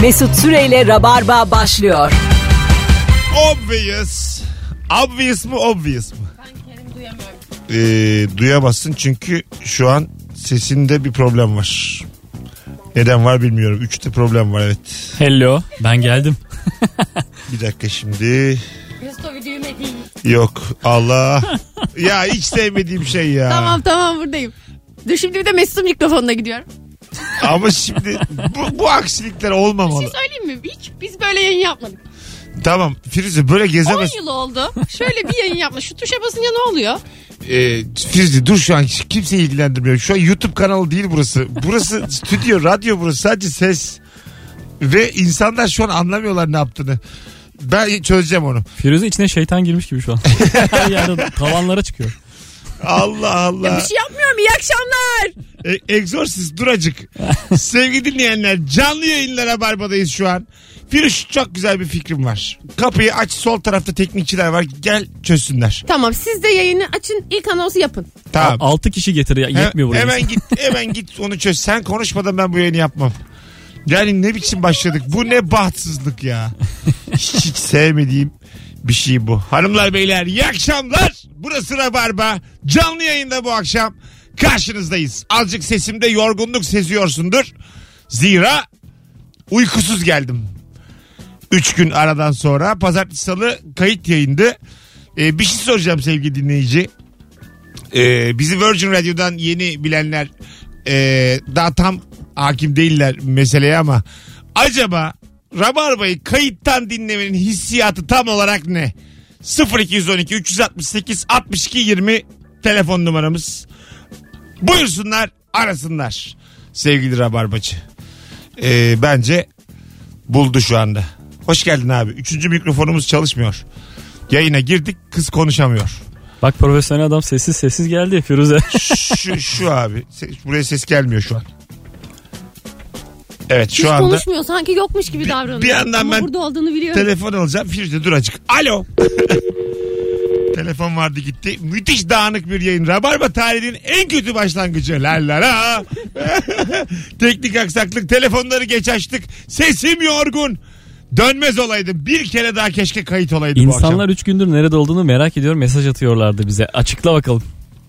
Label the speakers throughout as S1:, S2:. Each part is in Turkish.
S1: Mesut Süreyle Rabarba başlıyor.
S2: Obvious. Obvious mı obvious mı? Ben duyamıyorum. duyamazsın çünkü şu an sesinde bir problem var. Neden var bilmiyorum. Üçte problem var evet.
S3: Hello ben geldim.
S2: Bir dakika şimdi.
S4: Mesut o videoyu medeyim.
S2: Yok Allah. ya hiç sevmediğim şey ya.
S4: Tamam tamam buradayım. Dur şimdi bir de Mesut'un mikrofonuna gidiyorum.
S2: Ama şimdi bu, bu aksilikler
S4: Bir
S2: olmamalı.
S4: şey söyleyeyim mi? Hiç biz böyle yayın yapmadık.
S2: Tamam Firuze böyle
S4: 10
S2: gezemez.
S4: yıl oldu. Şöyle bir yayın yapma. Şu tuşa basınca ne oluyor?
S2: Ee, Firuze dur şu an kimseyi ilgilendirmiyor. Şu an YouTube kanalı değil burası. Burası stüdyo, radyo burası sadece ses. Ve insanlar şu an anlamıyorlar ne yaptığını. Ben çözeceğim onu.
S3: Firuze içine şeytan girmiş gibi şu an. Her yerde tavanlara çıkıyor.
S2: Allah
S4: Ya bir
S2: Allah.
S4: şey yapmıyorum. İyi akşamlar.
S2: E, Exorcist duracık. Sevgili dinleyenler canlı yayınlara barbadayız şu an. Firuş çok güzel bir fikrim var. Kapıyı aç sol tarafta teknikçiler var. Gel çözsünler.
S4: Tamam siz de yayını açın. İlk anonsu yapın.
S2: Tamam.
S3: 6 kişi getir ya, yetmiyor buraya.
S2: Hemen git, hemen git onu çöz. Sen konuşmadan ben bu yayını yapmam. Yani ne biçim başladık? Bu ne bahtsızlık ya. Hiç, hiç sevmediğim bir şey bu. Hanımlar beyler iyi akşamlar. Burası Rabarba. Canlı yayında bu akşam karşınızdayız. Azıcık sesimde yorgunluk seziyorsundur. Zira uykusuz geldim. Üç gün aradan sonra pazartesi salı kayıt yayındı. Ee, bir şey soracağım sevgili dinleyici. Ee, bizi Virgin Radio'dan yeni bilenler ee, daha tam hakim değiller meseleye ama acaba Rabarba'yı kayıttan dinlemenin hissiyatı tam olarak ne? 0212 368 62 20 telefon numaramız. Buyursunlar arasınlar sevgili Rabarbacı. Ee, bence buldu şu anda. Hoş geldin abi. Üçüncü mikrofonumuz çalışmıyor. Yayına girdik kız konuşamıyor.
S3: Bak profesyonel adam sessiz sessiz geldi Firuze.
S2: şu, şu abi. Se- Buraya ses gelmiyor şu an. Evet şu
S4: Hiç
S2: anda
S4: konuşmuyor. Sanki yokmuş gibi davranıyor.
S2: bir yandan
S4: Ama
S2: ben
S4: burada olduğunu biliyorum.
S2: telefon alacağım. Firuze dur acık. Alo. Telefon vardı gitti. Müthiş dağınık bir yayın. Rabarba tarihinin en kötü başlangıcı. La la la. Teknik aksaklık. Telefonları geç açtık. Sesim yorgun. Dönmez olaydım. Bir kere daha keşke kayıt olaydı bu akşam.
S3: İnsanlar 3 gündür nerede olduğunu merak ediyor mesaj atıyorlardı bize. Açıkla bakalım.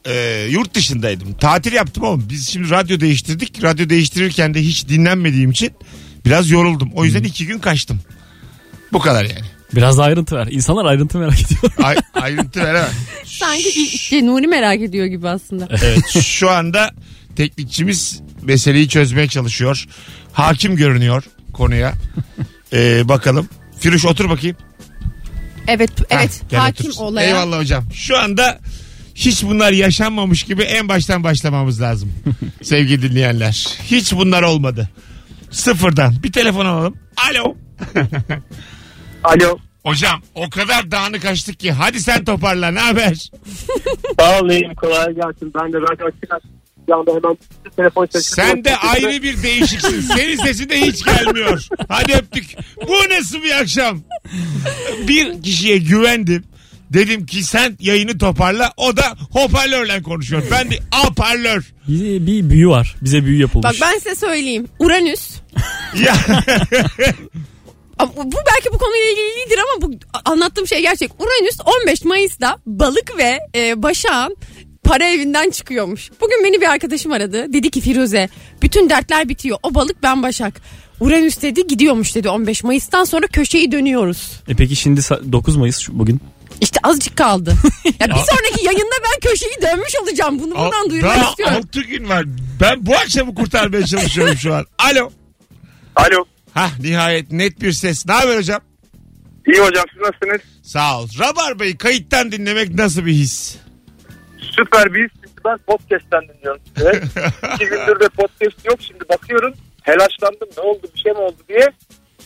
S2: e, yurt dışındaydım. Tatil yaptım oğlum. Biz şimdi radyo değiştirdik. Radyo değiştirirken de hiç dinlenmediğim için biraz yoruldum. O yüzden iki gün kaçtım. Bu kadar yani.
S3: Biraz da ayrıntı ver. İnsanlar ayrıntı merak ediyor.
S2: Ay, ayrıntı veremem.
S4: Sanki işte Nuri merak ediyor gibi aslında.
S2: Evet, şu anda teknikçimiz meseleyi çözmeye çalışıyor. Hakim görünüyor konuya. E, bakalım. Firuş otur bakayım.
S4: Evet evet
S2: Heh, gel
S4: hakim
S2: otur.
S4: olaya.
S2: Eyvallah hocam. Şu anda hiç bunlar yaşanmamış gibi en baştan başlamamız lazım. Sevgili dinleyenler. Hiç bunlar olmadı. Sıfırdan. Bir telefon alalım. Alo.
S5: Alo.
S2: Hocam o kadar dağınık açtık ki hadi sen toparla ne haber?
S5: Sağ ol Neyim. Kolay gelsin. Ben de radyo açtık. Bir anda hemen telefon sesini...
S2: Sen de ayrı bir değişiksin. Senin sesin de hiç gelmiyor. Hadi öptük. Bu nasıl bir akşam? Bir kişiye güvendim. Dedim ki sen yayını toparla. O da hoparlörle konuşuyor. Ben de hoparlör.
S3: Bir, bir büyü var. Bize büyü yapılmış.
S4: Bak ben size söyleyeyim. Uranüs.
S2: Ya.
S4: Ama Bu belki bu konuyla ilgili değildir ama bu anlattığım şey gerçek. Uranüs 15 Mayıs'ta balık ve e, başağın para evinden çıkıyormuş. Bugün beni bir arkadaşım aradı. Dedi ki Firuze bütün dertler bitiyor. O balık ben başak. Uranüs dedi gidiyormuş dedi 15 Mayıs'tan sonra köşeyi dönüyoruz.
S3: E peki şimdi sa- 9 Mayıs şu- bugün.
S4: İşte azıcık kaldı. ya bir sonraki yayında ben köşeyi dönmüş olacağım. Bunu buradan duyurmak
S2: Daha
S4: istiyorum.
S2: 6 gün var. Ben bu akşamı kurtarmaya çalışıyorum şu an. Alo.
S5: Alo.
S2: Hah nihayet net bir ses. Ne haber hocam?
S5: İyi hocam siz nasılsınız?
S2: Sağ ol. Rabarba'yı kayıttan dinlemek nasıl bir his?
S5: Süper bir Çünkü ben podcast'ten dinliyorum sizi. İki gündür de podcast yok. Şimdi bakıyorum. Telaşlandım. Ne oldu bir şey mi oldu diye.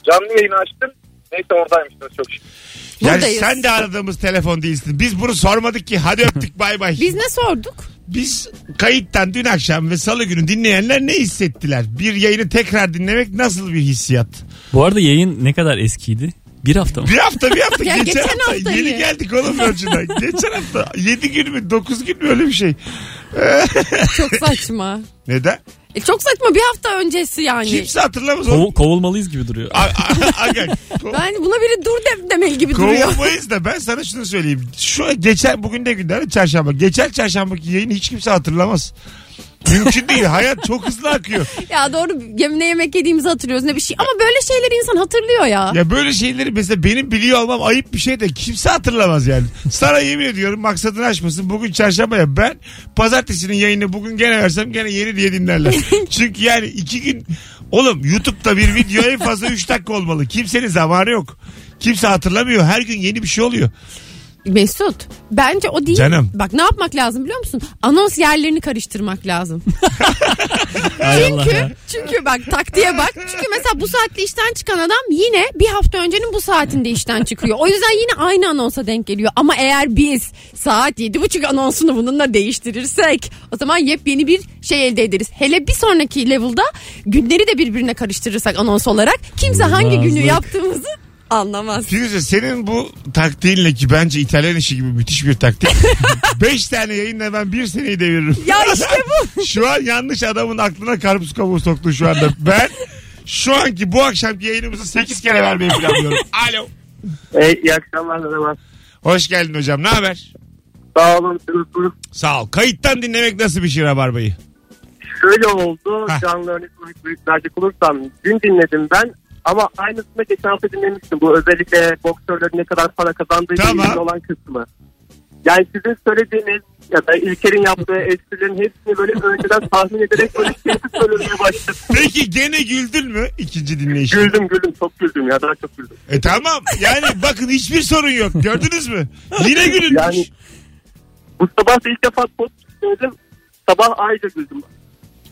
S5: Canlı yayını açtım. Neyse oradaymışsınız çok şükür.
S2: Yani
S4: Buradayız.
S2: sen de aradığımız telefon değilsin. Biz bunu sormadık ki. Hadi öptük bay bay.
S4: Biz ne sorduk?
S2: Biz kayıttan dün akşam ve salı günü dinleyenler ne hissettiler? Bir yayını tekrar dinlemek nasıl bir hissiyat?
S3: Bu arada yayın ne kadar eskiydi? Bir hafta mı?
S2: Bir hafta bir hafta
S4: Ya
S2: geçen,
S4: geçen
S2: hafta
S4: haftayı.
S2: yeni geldik oğlum Virgin'den. geçen hafta 7 gün mü 9 gün mü öyle bir şey.
S4: Çok saçma.
S2: Neden?
S4: E, çok saçma bir hafta öncesi yani.
S2: Kimse hatırlamaz onu.
S3: Kov- kovulmalıyız gibi duruyor.
S2: A- a- Aga, ko-
S4: Ben buna biri dur de, demeli gibi duruyor.
S2: Kovulmayız da ben sana şunu söyleyeyim. Şu geçen bugün ne günler? Çarşamba. Geçen çarşambaki yayını hiç kimse hatırlamaz. Mümkün değil. Hayat çok hızlı akıyor.
S4: Ya doğru yem- ne yemek yediğimizi hatırlıyoruz ne bir şey. Ama böyle şeyleri insan hatırlıyor ya.
S2: Ya böyle şeyleri mesela benim biliyor olmam ayıp bir şey de kimse hatırlamaz yani. Sana yemin ediyorum maksadını aşmasın. Bugün çarşamba ya ben pazartesinin yayını bugün gene versem gene yeni diye dinlerler. Çünkü yani iki gün oğlum YouTube'da bir video en fazla 3 dakika olmalı. Kimsenin zamanı yok. Kimse hatırlamıyor. Her gün yeni bir şey oluyor.
S4: Mesut bence o değil.
S2: Canım.
S4: Bak ne yapmak lazım biliyor musun? Anons yerlerini karıştırmak lazım.
S3: Ay Allah ya.
S4: Çünkü, çünkü bak taktiğe bak. Çünkü mesela bu saatte işten çıkan adam yine bir hafta öncenin bu saatinde işten çıkıyor. O yüzden yine aynı anonsa denk geliyor. Ama eğer biz saat yedi buçuk anonsunu bununla değiştirirsek o zaman yepyeni bir şey elde ederiz. Hele bir sonraki level'da günleri de birbirine karıştırırsak anons olarak kimse hangi günü
S3: Olmazlık.
S4: yaptığımızı anlamaz.
S2: Firuze senin bu taktiğinle ki bence İtalyan işi gibi müthiş bir taktik. 5 tane yayınla ben bir seneyi deviririm.
S4: Ya işte bu.
S2: Şu an yanlış adamın aklına karpuz kabuğu soktu şu anda. Ben şu anki bu akşamki yayınımızı 8 kere vermeyi planlıyorum. Alo.
S5: E, iyi akşamlar da var.
S2: Hoş geldin hocam. Ne haber?
S5: Sağ olun. görüşürüz.
S2: Sağ ol. Kayıttan dinlemek nasıl bir şey Rabarba'yı?
S5: Şöyle oldu.
S2: Heh.
S5: Canlı örnek olarak büyük verecek olursam. Dün dinledim ben. Ama aynısını geçen hafta dinlemiştim. Bu özellikle boksörlerin ne kadar para kazandığı ile
S2: Tamam.
S5: ilgili olan kısmı. Yani sizin söylediğiniz ya da İlker'in yaptığı esprilerin hepsini böyle önceden tahmin ederek böyle kesin söylemeye başladım.
S2: Peki gene güldün mü ikinci dinleyişin?
S5: Güldüm güldüm çok güldüm ya daha çok güldüm.
S2: E tamam. Yani bakın hiçbir sorun yok. Gördünüz mü? Yine gülünmüş.
S5: Yani bu sabah da ilk defa podcast dinledim. Sabah ayrıca güldüm.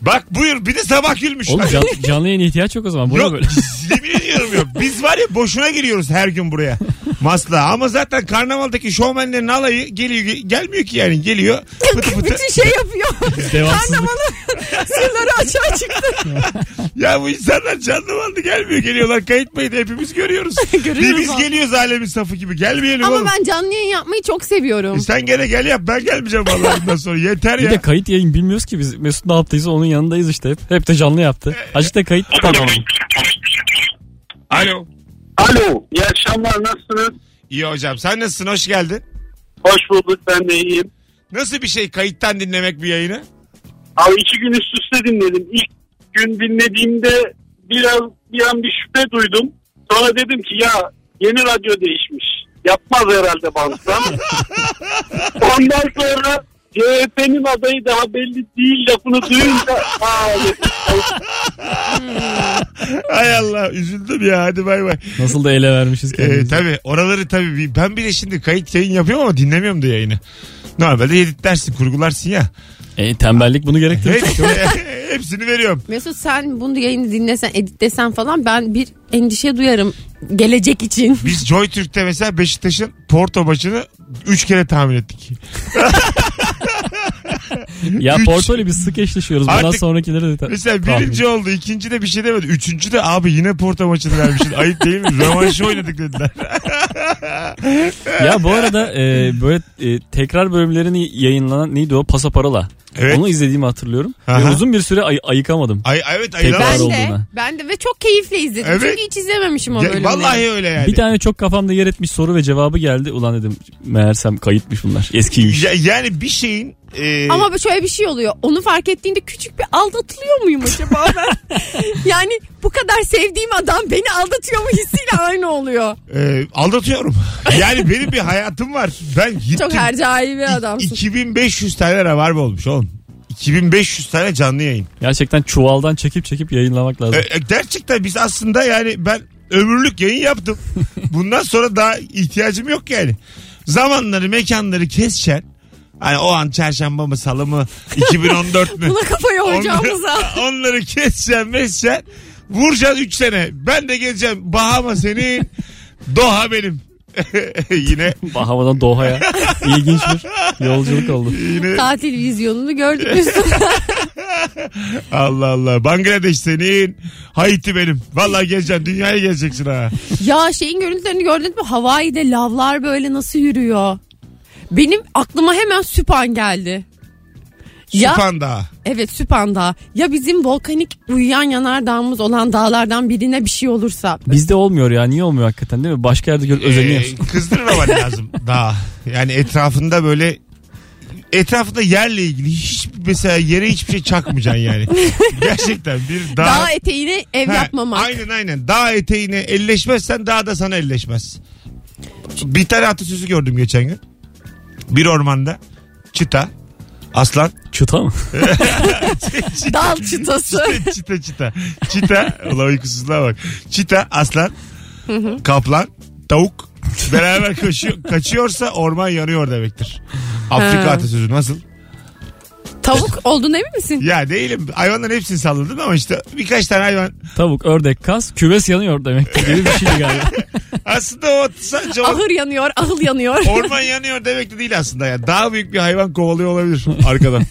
S2: Bak buyur bir de sabah gülmüş.
S3: Oğlum can- canlı yayına ihtiyaç yok o zaman. Bu ne
S2: Yok
S3: böyle?
S2: yemin ediyorum yok. Biz var ya boşuna giriyoruz her gün buraya. Masla ama zaten karnavaldaki şovmenlerin alayı geliyor gelmiyor ki yani geliyor. Fıtı fıtı.
S4: Bütün şey yapıyor.
S3: Devamsızlık.
S4: Karnavalın sırları açığa çıktı.
S2: ya bu insanlar canlı mallı gelmiyor geliyorlar kayıtmayı da hepimiz görüyoruz.
S4: Görüyoruz
S2: Bir biz
S4: abi.
S2: geliyoruz alemin safı gibi gelmeyelim
S4: Ama
S2: oğlum.
S4: ben canlı yayın yapmayı çok
S2: E
S4: seviyorum.
S2: Sen gene gel yap ben gelmeyeceğim vallahi bundan sonra yeter
S3: Bir de
S2: ya.
S3: kayıt yayın bilmiyoruz ki biz. Mesut ne yaptıysa onun yanındayız işte hep. Hep de canlı yaptı. Azıcık da kayıt tutalım.
S2: Alo.
S5: Alo iyi akşamlar nasılsınız?
S2: İyi hocam sen nasılsın hoş geldin.
S5: Hoş bulduk ben de iyiyim.
S2: Nasıl bir şey kayıttan dinlemek bir yayını?
S5: Abi iki gün üst üste dinledim. İlk gün dinlediğimde biraz bir an bir şüphe duydum. Sonra dedim ki ya yeni radyo değişmiş. Yapmaz herhalde banttan. Ondan sonra CHP'nin adayı daha belli değil lafını duyunca "Aa,
S2: Ay Allah üzüldüm ya hadi bay bay.
S3: Nasıl da ele vermişiz
S2: Ee,
S3: kendimizi.
S2: tabii oraları tabii bir- ben bir de şimdi kayıt yayın yapıyorum ama dinlemiyorum da yayını. Normalde editlersin kurgularsın ya.
S3: E, tembellik bunu gerektirir.
S2: Hep- hepsini veriyorum.
S4: Mesut sen bunu yayını dinlesen, editlesen falan ben bir endişe duyarım gelecek için.
S2: Biz Joy Türk'te mesela Beşiktaş'ın Porto maçını 3 kere tahmin ettik.
S3: ya
S2: Üç.
S3: Porto'yla biz sık eşleşiyoruz. Bundan
S2: Artık-
S3: sonrakileri de... ta-
S2: Mesela
S3: tahmin.
S2: birinci oldu, ikinci de bir şey demedi. Üçüncü de abi yine Porto maçını vermişsin. Ayıp değil mi? Rövanşı oynadık dediler.
S3: Ya bu arada e, böyle e, tekrar bölümlerini yayınlanan neydi o? Pasaparola.
S2: Evet.
S3: Onu izlediğimi hatırlıyorum.
S2: Aha.
S3: Ve uzun bir süre ay- ayıkamadım.
S2: Ay, evet
S3: Tekrar
S2: ayılamaz.
S4: Ben
S3: oldu.
S4: de,
S3: olduğuna.
S4: ben de ve çok keyifle izledim.
S2: Evet.
S4: Çünkü hiç izlememişim o bölümleri.
S2: Ya, vallahi öyle yani.
S3: Bir tane çok kafamda yer etmiş soru ve cevabı geldi. Ulan dedim meğersem kayıtmış bunlar. Eskiymiş.
S2: Ya- yani bir şeyin... e,
S4: Ama şöyle bir şey oluyor. Onu fark ettiğinde küçük bir aldatılıyor muyum acaba ben? yani bu kadar sevdiğim adam beni aldatıyor mu hissiyle aynı oluyor.
S2: e, aldatıyorum. Yani benim bir hayatım var. Ben gittim.
S4: Çok hercai bir adamsın.
S2: 2500 tane rabarba olmuş oğlum. 2500 tane canlı yayın.
S3: Gerçekten çuvaldan çekip çekip yayınlamak lazım.
S2: E, e, gerçekten biz aslında yani ben ömürlük yayın yaptım. Bundan sonra daha ihtiyacım yok yani. Zamanları, mekanları keseceksin. Hani o an çarşamba mı, salı mı, 2014 mü?
S4: Buna kafayı olacağımıza.
S2: Onları, onları keseceksin, meseceksin. Vuracaksın 3 sene. Ben de geleceğim. Bahama senin, Doha benim. yine
S3: Bahama'dan Doha'ya. İlginç bir yolculuk oldu.
S2: yine
S4: Tatil vizyonunu gördük Mesut.
S2: Allah Allah. Bangladeş senin. Haiti benim. Vallahi geleceksin. Dünyaya geleceksin ha.
S4: Ya şeyin görüntülerini gördün mü? Hawaii'de lavlar böyle nasıl yürüyor? Benim aklıma hemen Süphan geldi. Ya-
S2: Süphan Dağı.
S4: Evet Süphan Dağı. Ya bizim volkanik uyuyan yanardağımız olan dağlardan birine bir şey olursa.
S3: Bizde olmuyor ya. Niye olmuyor hakikaten değil mi? Başka yerde görüp özeniyorsun.
S2: Ee, kızdırmaman lazım dağ. Yani etrafında böyle etrafında yerle ilgili hiç mesela yere hiçbir şey çakmayacaksın yani. Gerçekten bir dağ.
S4: Dağ eteğine ev
S2: Ha,
S4: yapmamak.
S2: Aynen aynen. Dağ eteğine elleşmezsen dağ da sana elleşmez. Bir tane atasözü gördüm geçen gün. Bir ormanda çita, aslan,
S3: Çıta mı?
S2: şey.
S4: Dal çıtası.
S2: çita çita. Çita. Ulan uykusuzluğa bak. Çita, aslan, kaplan, tavuk beraber koşuyor, kaçıyorsa orman yanıyor demektir. Afrika
S4: Ha.
S2: atasözü nasıl?
S4: Tavuk olduğuna emin misin?
S2: Ya değilim. Hayvanların hepsini salladım ama işte birkaç tane hayvan.
S3: Tavuk, ördek, kas, küves yanıyor demek ki gibi bir şey. şeydi galiba.
S2: Aslında o sadece o-
S4: Ahır yanıyor, ahıl yanıyor.
S2: orman yanıyor demek de değil aslında ya. Daha büyük bir hayvan kovalıyor olabilir arkadan.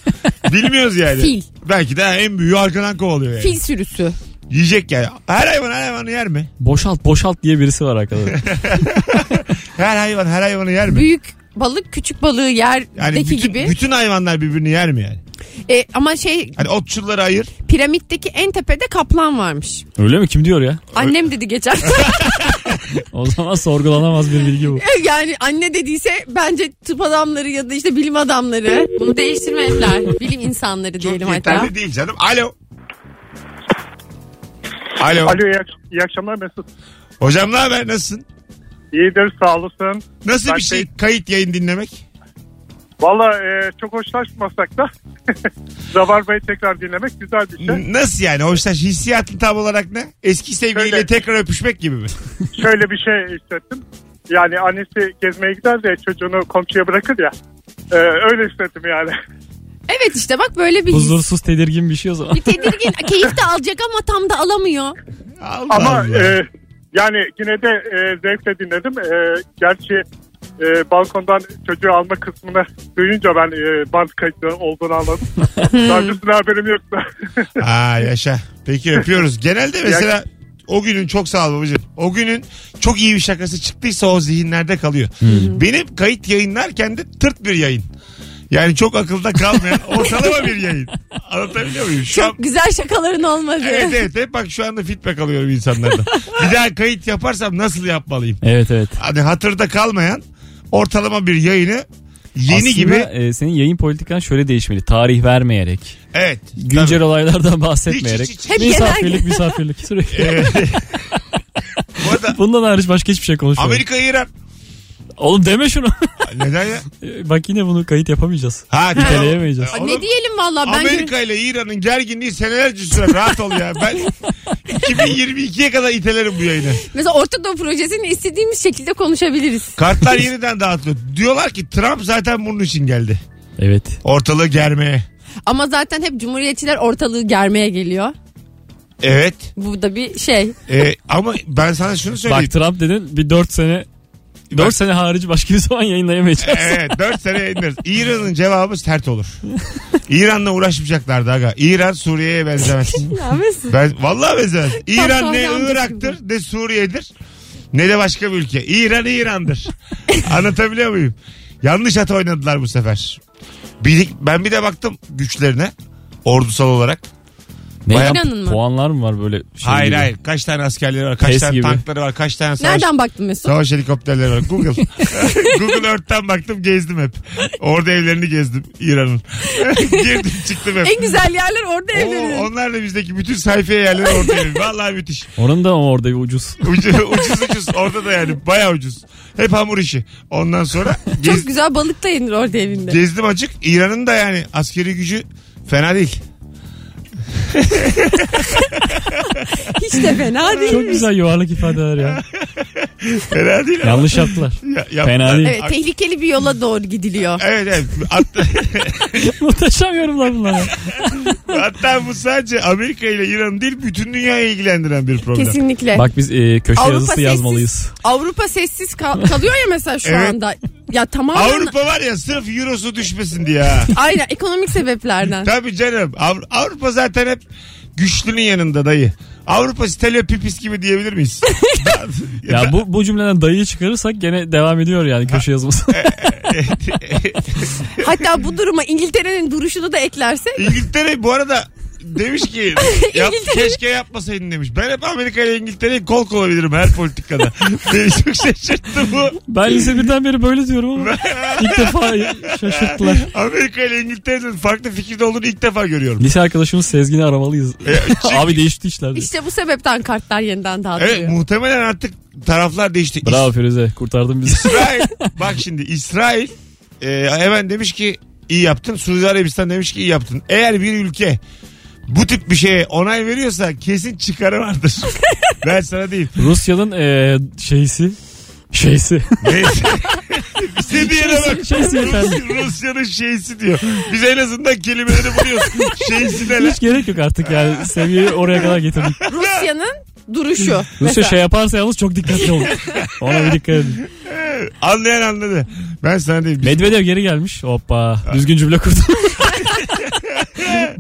S2: Bilmiyoruz yani.
S4: Fil.
S2: Belki de en büyüğü arkadan kovalıyor yani.
S4: Fil sürüsü.
S2: Yiyecek yani. Her hayvan her hayvanı yer mi?
S3: boşalt, boşalt diye birisi var arkada.
S2: Her hayvan her hayvanı yer mi?
S4: Büyük balık küçük balığı yerdeki
S2: Yani bütün,
S4: gibi.
S2: bütün hayvanlar birbirini yer mi yani?
S4: E, ama şey
S2: Hani otçulları ayır.
S4: piramitteki en tepede kaplan varmış.
S3: Öyle mi? Kim diyor ya?
S4: Annem dedi geçen.
S3: O zaman sorgulanamaz bir bilgi bu.
S4: yani anne dediyse bence tıp adamları ya da işte bilim adamları. Bunu değiştirmediler. Bilim insanları
S2: Çok
S4: diyelim hatta.
S2: yeterli değil canım. Alo. Alo.
S6: Alo iyi, ak- iyi akşamlar Mesut.
S2: Hocam ne haber nasılsın?
S6: İyidir sağ olasın.
S2: Nasıl
S6: Ben
S2: bir şey
S6: de-
S2: kayıt yayın dinlemek?
S6: Valla e, çok hoşlaşmasak da Rabarba'yı tekrar dinlemek güzel bir
S7: Hmm.
S6: şey.
S2: N- Nasıl yani? Hoşlaş hissiyatın tam olarak ne? Eski sevgiliyle
S6: Şöyle.
S2: tekrar öpüşmek gibi mi?
S6: Şöyle bir şey hissettim. Yani annesi gezmeye gider de çocuğunu komşuya bırakır ya. E, öyle hissettim yani.
S4: Evet işte bak böyle bir his.
S3: Huzursuz, tedirgin bir şey o zaman.
S4: Bir tedirgin keyif de alacak ama tam da alamıyor.
S2: Allah
S6: Ama
S2: Allah.
S6: e, yani yine de e, zevkle dinledim. E, gerçi e, balkondan çocuğu alma kısmını duyunca ben e, band kayıtlı olduğunu anladım. Daha öncesinde haberim yoktu.
S2: Aa yaşa. Peki öpüyoruz. Genelde mesela o günün çok sağ ol babacığım. O günün çok iyi bir şakası çıktıysa o zihinlerde kalıyor. Benim kayıt yayınlarken de tırt bir yayın. Yani çok akılda kalmayan ortalama bir yayın. Anlatabiliyor muyum? Şu an
S4: Çok güzel şakaların olmadı.
S2: Evet evet hep bak şu anda feedback alıyorum insanlardan. bir daha kayıt yaparsam nasıl yapmalıyım?
S3: Evet evet.
S2: Hani hatırda kalmayan ortalama bir yayını yeni
S3: Aslında,
S2: gibi
S3: e, senin yayın politikan şöyle değişmeli. Tarih vermeyerek,
S2: evet.
S3: güncel olaylardan bahsetmeyerek.
S2: Hiç, hiç, hiç. Hep
S3: misafirlik, misafirlik sürekli.
S2: Bu arada
S3: Bundan hariç başka hiçbir şey konuşmuyoruz.
S2: Amerika İran.
S3: Oğlum deme şunu.
S2: Neden ya?
S3: Bak yine bunu kayıt yapamayacağız.
S2: Ha,
S3: İteleyemeyeceğiz.
S2: Oğlum,
S4: Ne diyelim valla ben
S2: Amerika ile İran'ın gerginliği senelerce sürer. Rahat ol ya. Ben 2022'ye kadar itelerim bu yayını.
S4: mesela Orta Doğu projesini istediğimiz şekilde konuşabiliriz.
S2: Kartlar yeniden dağıtılıyor. Diyorlar ki Trump zaten bunun için geldi.
S3: Evet.
S2: Ortalığı germeye.
S4: Ama zaten hep cumhuriyetçiler ortalığı germeye geliyor.
S2: Evet.
S4: Bu da bir şey.
S2: Ee, ama ben sana şunu söyleyeyim.
S3: Bak Trump dedin bir 4 sene 4
S2: Ben-
S3: sene harici başka bir zaman yayınlayamayacağız.
S2: Evet 4 sene indiririz. İran'ın cevabı sert olur. İran'la uğraşmayacaklardı aga. İran Suriye'ye benzemez.
S4: Ya Mesut.
S2: Ben vallahi benzemez. İran
S4: sonra
S2: ne
S4: yandık
S2: Irak'tır ne Suriye'dir ne de başka bir ülke. İran İran'dır. Anlatabiliyor muyum? Yanlış at oynadılar bu sefer. Bir, ben bir de baktım güçlerine ordusal olarak.
S3: Ne
S4: Bayağı-
S3: yap-
S4: İnanın mı?
S3: Puanlar mı var böyle şey
S2: hayır
S3: gibi?
S2: hayır. Kaç tane askerleri var? Kaç
S3: Pes
S2: tane
S3: gibi.
S2: tankları var? Kaç tane savaş,
S4: Nereden baktın Mesut?
S2: savaş helikopterleri var? Google. Google Earth'ten baktım gezdim hep. Orada evlerini gezdim İran'ın. Girdim çıktım hep.
S4: En güzel yerler orada
S2: Oo,
S4: evlenin.
S2: onlar da bizdeki bütün sayfaya yerleri orada evlenin. Vallahi müthiş.
S3: Onun da ama orada bir ucuz.
S2: Ucu- ucuz ucuz orada da yani baya ucuz. Hep hamur işi. Ondan sonra gez-
S4: Çok güzel balık da yenir orada evinde.
S2: gezdim açık. İran'ın da yani askeri gücü fena değil.
S4: Hiç de fena değil.
S3: Çok güzel yuvarlak ifadeler ya.
S2: Fena değil. ama-
S3: Yanlış yaptılar.
S2: Ya- yaptılar.
S3: Fena değil.
S4: Evet tehlikeli bir yola doğru gidiliyor.
S2: Evet evet. Hatta,
S3: Muhteşem yorumlar bunlar.
S2: hatta bu sadece Amerika ile İran değil bütün dünyayı ilgilendiren bir problem.
S4: Kesinlikle.
S3: Bak biz e, köşe
S4: Avrupa
S3: yazısı
S4: sessiz.
S3: yazmalıyız.
S4: Avrupa sessiz kal- kalıyor ya mesela şu
S2: Evet.
S4: anda. Ya tamamen
S2: Avrupa var ya sırf eurosu düşmesin diye. ha.
S4: aynen ekonomik sebeplerden.
S2: Tabii canım. Avru- Avrupa zaten hep güçlünün yanında dayı. Avrupa stelo pipis gibi diyebilir miyiz?
S3: Ya bu, bu cümleden dayıyı çıkarırsak gene devam ediyor yani köşe yazması.
S4: Hatta bu duruma İngiltere'nin duruşunu da eklersek
S2: İngiltere bu arada demiş ki yap, keşke yapmasaydın demiş. Ben hep Amerika ile İngiltere'yi kol kola bilirim her politikada. Beni çok şaşırttı bu.
S3: ben lise birden beri böyle diyorum ama ilk defa şaşırttılar.
S2: Amerika ile İngiltere'nin farklı fikirde olduğunu ilk defa görüyorum.
S3: Lise arkadaşımız Sezgin'i aramalıyız. Abi değişti işler. diye.
S4: işte bu sebepten kartlar yeniden dağıtılıyor.
S2: Evet muhtemelen artık taraflar değişti.
S3: Bravo Firuze kurtardın bizi.
S2: İsrail bak şimdi İsrail e, hemen demiş ki iyi yaptın. Suudi Arabistan demiş ki iyi yaptın. Eğer bir ülke bu tip bir şeye onay veriyorsa kesin çıkarı vardır. ben sana değil.
S3: Rusya'nın e, şeysi şeysi.
S2: Neyse. Bize diyene bak.
S3: Şeysi- şeysi efendim.
S2: Rus- Rusya'nın şeysi diyor. Biz en azından kelimeleri buluyoruz. şeysi de lan.
S3: Hiç gerek yok artık yani seviyeyi oraya kadar getirdik.
S4: Rusya'nın duruşu.
S3: Rusya
S4: Mesela.
S3: şey yaparsa yalnız çok dikkatli olun. Ona bir dikkat edin.
S2: Anlayan anladı. Ben sana değil. Biz-
S3: Medvedev geri gelmiş. Hoppa. Düzgün cümle kurdu.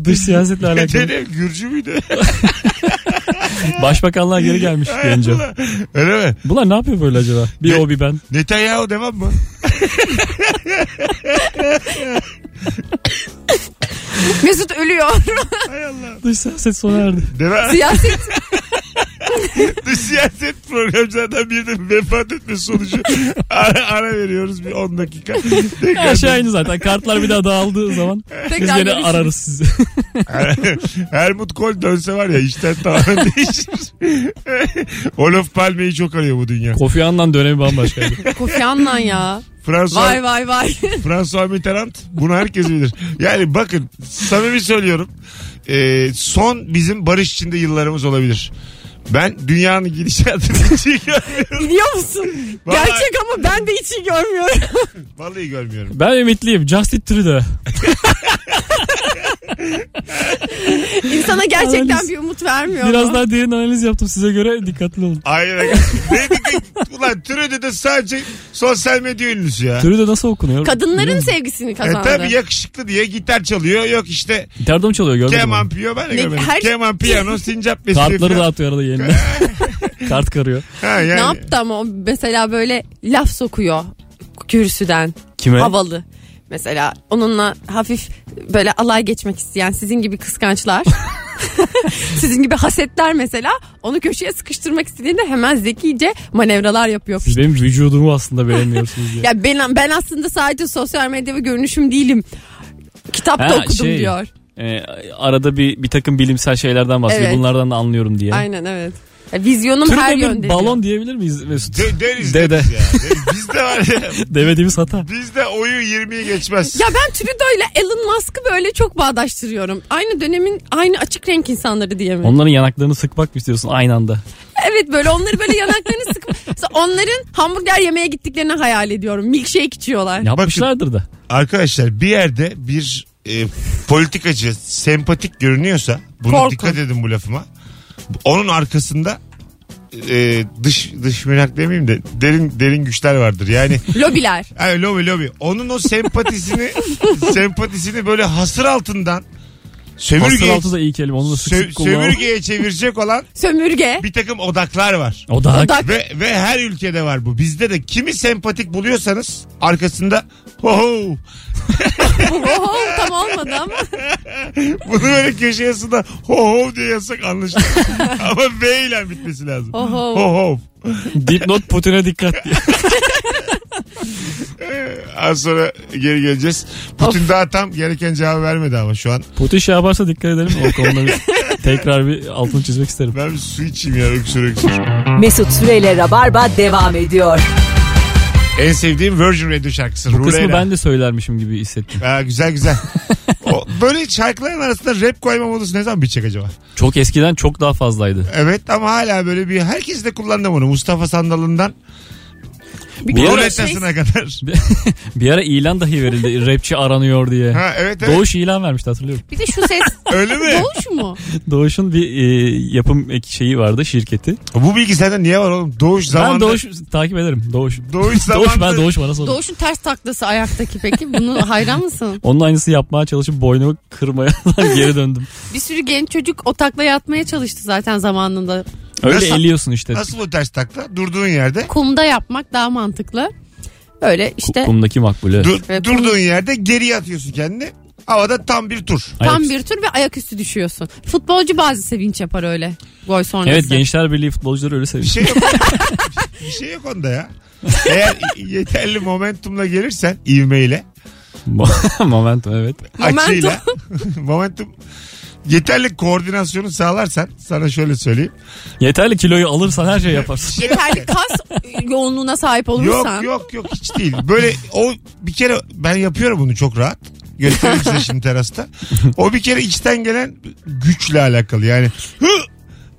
S3: Dış siyasetle alakalı.
S2: Medvedev Gürcü müydü?
S3: Başbakanlığa geri gelmiş gelince.
S2: Öyle mi?
S3: Bunlar ne yapıyor böyle acaba? Bir o bir ben.
S2: Netanyahu devam mı?
S4: Mesut ölüyor.
S2: Hay Allah.
S3: Dış siyaset sona erdi.
S2: Devam.
S4: Siyaset
S2: Dış siyaset programcılardan biri de vefat etme sonucu. Ara, ara veriyoruz bir 10 dakika.
S3: Her
S2: Tekrar
S3: şey aynı zaten. Kartlar bir daha dağıldığı zaman biz
S4: tekrar
S3: gene
S4: görüşürüz.
S3: ararız sizi.
S2: Helmut Kohl dönse var ya işten tamamen değişir. Olof Palme'yi çok arıyor bu dünya.
S3: Kofi Annan dönemi bambaşkaydı.
S4: Kofi Annan ya.
S2: François,
S4: Vay vay vay.
S2: François Mitterrand bunu herkes bilir. Yani bakın samimi söylüyorum. Ee, son bizim barış içinde yıllarımız olabilir. Ben dünyanın gidişatını hiç iyi görmüyorum.
S4: Biliyor musun?
S2: Vallahi-
S4: Gerçek ama ben de hiç iyi görmüyorum.
S2: Vallahi görmüyorum.
S3: Ben ümitliyim. Justin Trudeau.
S4: İnsana gerçekten
S3: Analiz.
S4: bir umut vermiyor.
S3: Biraz
S4: mu?
S3: daha derin analiz yaptım size göre. Dikkatli olun.
S2: Aynen. Neydi ki? Ulan Türede sadece sosyal medya ünlüsü ya.
S3: Trudeau nasıl okunuyor? Biliyor
S4: Kadınların
S3: musun?
S4: sevgisini
S2: E
S4: kazandı.
S2: tabi yakışıklı diye gitar çalıyor. Yok işte
S3: Gitarda mı çalıyor görmedim.
S2: keman
S3: Keman.
S2: piyo ben de
S4: Ne-
S2: görmedim.
S4: her-
S2: Keman piyano sincap besliyor.
S3: Kartları
S2: falan.
S3: dağıtıyor arada yeniden. Kart karıyor.
S2: Ha, yani.
S4: Ne yaptı ama o mesela böyle laf sokuyor kürsüden.
S3: Kime?
S4: Havalı. Mesela onunla hafif böyle alay geçmek isteyen sizin gibi kıskançlar. sizin gibi hasetler mesela onu köşeye sıkıştırmak istediğinde hemen zekice manevralar yapıyor.
S3: Siz benim vücudumu aslında beğenmiyorsunuz diye.
S4: Ya ben ben aslında sadece sosyal medya ve görünüşüm değilim. Kitap da
S3: Ha,
S4: okudum
S3: şey.
S4: diyor.
S3: Ee, arada bir bir takım bilimsel şeylerden bahsediyor.
S4: Evet.
S3: Bunlardan da anlıyorum diye.
S4: Aynen evet. Ya vizyonum
S3: Türkiye
S4: her
S3: bir
S4: yönde.
S3: balon
S4: diyor.
S3: diyebilir miyiz Mesut?
S2: De, deriz
S3: Dede.
S2: deriz ya. Deriz. Bizde var ya.
S3: Demediğimiz hata.
S2: Bizde oyu 20'yi geçmez.
S4: Ya ben Trudeau ile Elon Musk'ı böyle çok bağdaştırıyorum. Aynı dönemin aynı açık renk insanları diye mi?
S3: Onların yanaklarını sıkmak mı istiyorsun aynı anda?
S4: Evet böyle onları böyle yanaklarını sıkıp Mesela onların hamburger yemeye gittiklerini hayal ediyorum. Milkshake içiyorlar.
S3: Yapmışlardır da.
S2: Arkadaşlar bir yerde bir e, politikacı sempatik görünüyorsa buna
S4: Korkun.
S2: dikkat edin bu lafıma. Onun arkasında e, dış dış merak demeyeyim de derin derin güçler vardır. Yani
S4: Lobiler.
S2: Yani lobi lobi. Onun o sempatisini sempatisini böyle hasır altından
S3: Hasır
S2: sömürgeye,
S3: altı da iyi kelime onu da sık
S2: sö-
S3: sık kullanalım.
S2: sömürgeye çevirecek olan
S4: Sömürge.
S2: bir takım odaklar var.
S3: O da
S4: Odak.
S2: Ve, ve her ülkede var bu. Bizde de kimi sempatik buluyorsanız arkasında ho
S4: Oho tam olmadı ama.
S2: bunu böyle köşe yazısında ho ho diye yazsak anlaşılır. Ama V ile bitmesi lazım.
S4: Ho ho.
S2: ho.
S3: dipnot Putin'e dikkat diye.
S2: Az sonra geri geleceğiz. Putin daha tam gereken cevabı vermedi ama şu an.
S3: Putin şey yaparsa dikkat edelim. O konuda bir, tekrar bir altını çizmek isterim.
S2: Ben bir su içeyim ya öksür öksür.
S1: Mesut Süreyle Rabarba devam ediyor.
S2: En sevdiğim Virgin Radio şarkısı.
S3: Bu kısmı
S2: Ruleyla.
S3: ben de söylermişim gibi hissettim.
S2: Ha, güzel güzel. o, böyle şarkıların arasında rap koyma modası ne zaman bitecek acaba?
S3: Çok eskiden çok daha fazlaydı.
S2: Evet ama hala böyle bir herkes de kullandı bunu. Mustafa Sandal'ından
S4: Bir şey- gün
S2: Ruletasına kadar.
S3: şey- Bir ara ilan dahi verildi rapçi aranıyor diye.
S2: Ha evet evet.
S3: Doğuş ilan vermişti hatırlıyorum.
S4: Bir de şu ses.
S2: Öyle mi?
S4: Doğuş mu?
S3: Doğuş'un bir e, yapım ek- şeyi vardı şirketi.
S2: Bu bilgi sende niye var oğlum? Doğuş zamanında.
S3: Ben Doğuş takip ederim. Doğuş.
S2: Doğuş zamanında.
S3: Doğuş ben Doğuş bana sor.
S4: Doğuş'un ters taklası ayaktaki peki. Bunu hayran mısın?
S3: Onun aynısı yapmaya çalışıp boynumu kırmaya geri döndüm.
S4: Bir sürü genç çocuk o taklaya atmaya çalıştı zaten zamanında.
S3: Öyle
S2: Nasıl-
S3: eliyorsun işte.
S2: Nasıl o ters takla? Durduğun yerde.
S4: Kumda yapmak daha mantıklı. Böyle işte
S3: Kumdaki makbule.
S2: Dur-
S4: Evet.
S2: durduğun yerde geriye atıyorsun kendini. Havada tam bir tur.
S4: tam
S3: Ayak-
S4: bir tur ve ayaküstü düşüyorsun. Futbolcu bazı sevinç yapar öyle. Gol sonrası.
S3: Evet Gençler Birliği futbolcuları öyle
S2: Bir
S3: seviyor.
S2: şey yok. bir şey yok onda ya. Eğer yeterli momentumla gelirsen ivmeyle,
S3: Momentum evet.
S4: Momentum.
S2: açıyla. momentum. Yeterli koordinasyonu sağlarsan sana şöyle söyleyeyim.
S3: Yeterli kiloyu alırsan her şey yaparsın.
S2: Şey-
S4: Yeterli kas yoğunluğuna sahip olursan.
S2: Yok yok yok hiç değil. Böyle o bir kere ben yapıyorum bunu çok rahat. Göstereyim size şimdi terasta. O bir kere içten gelen güçle alakalı yani. Hı!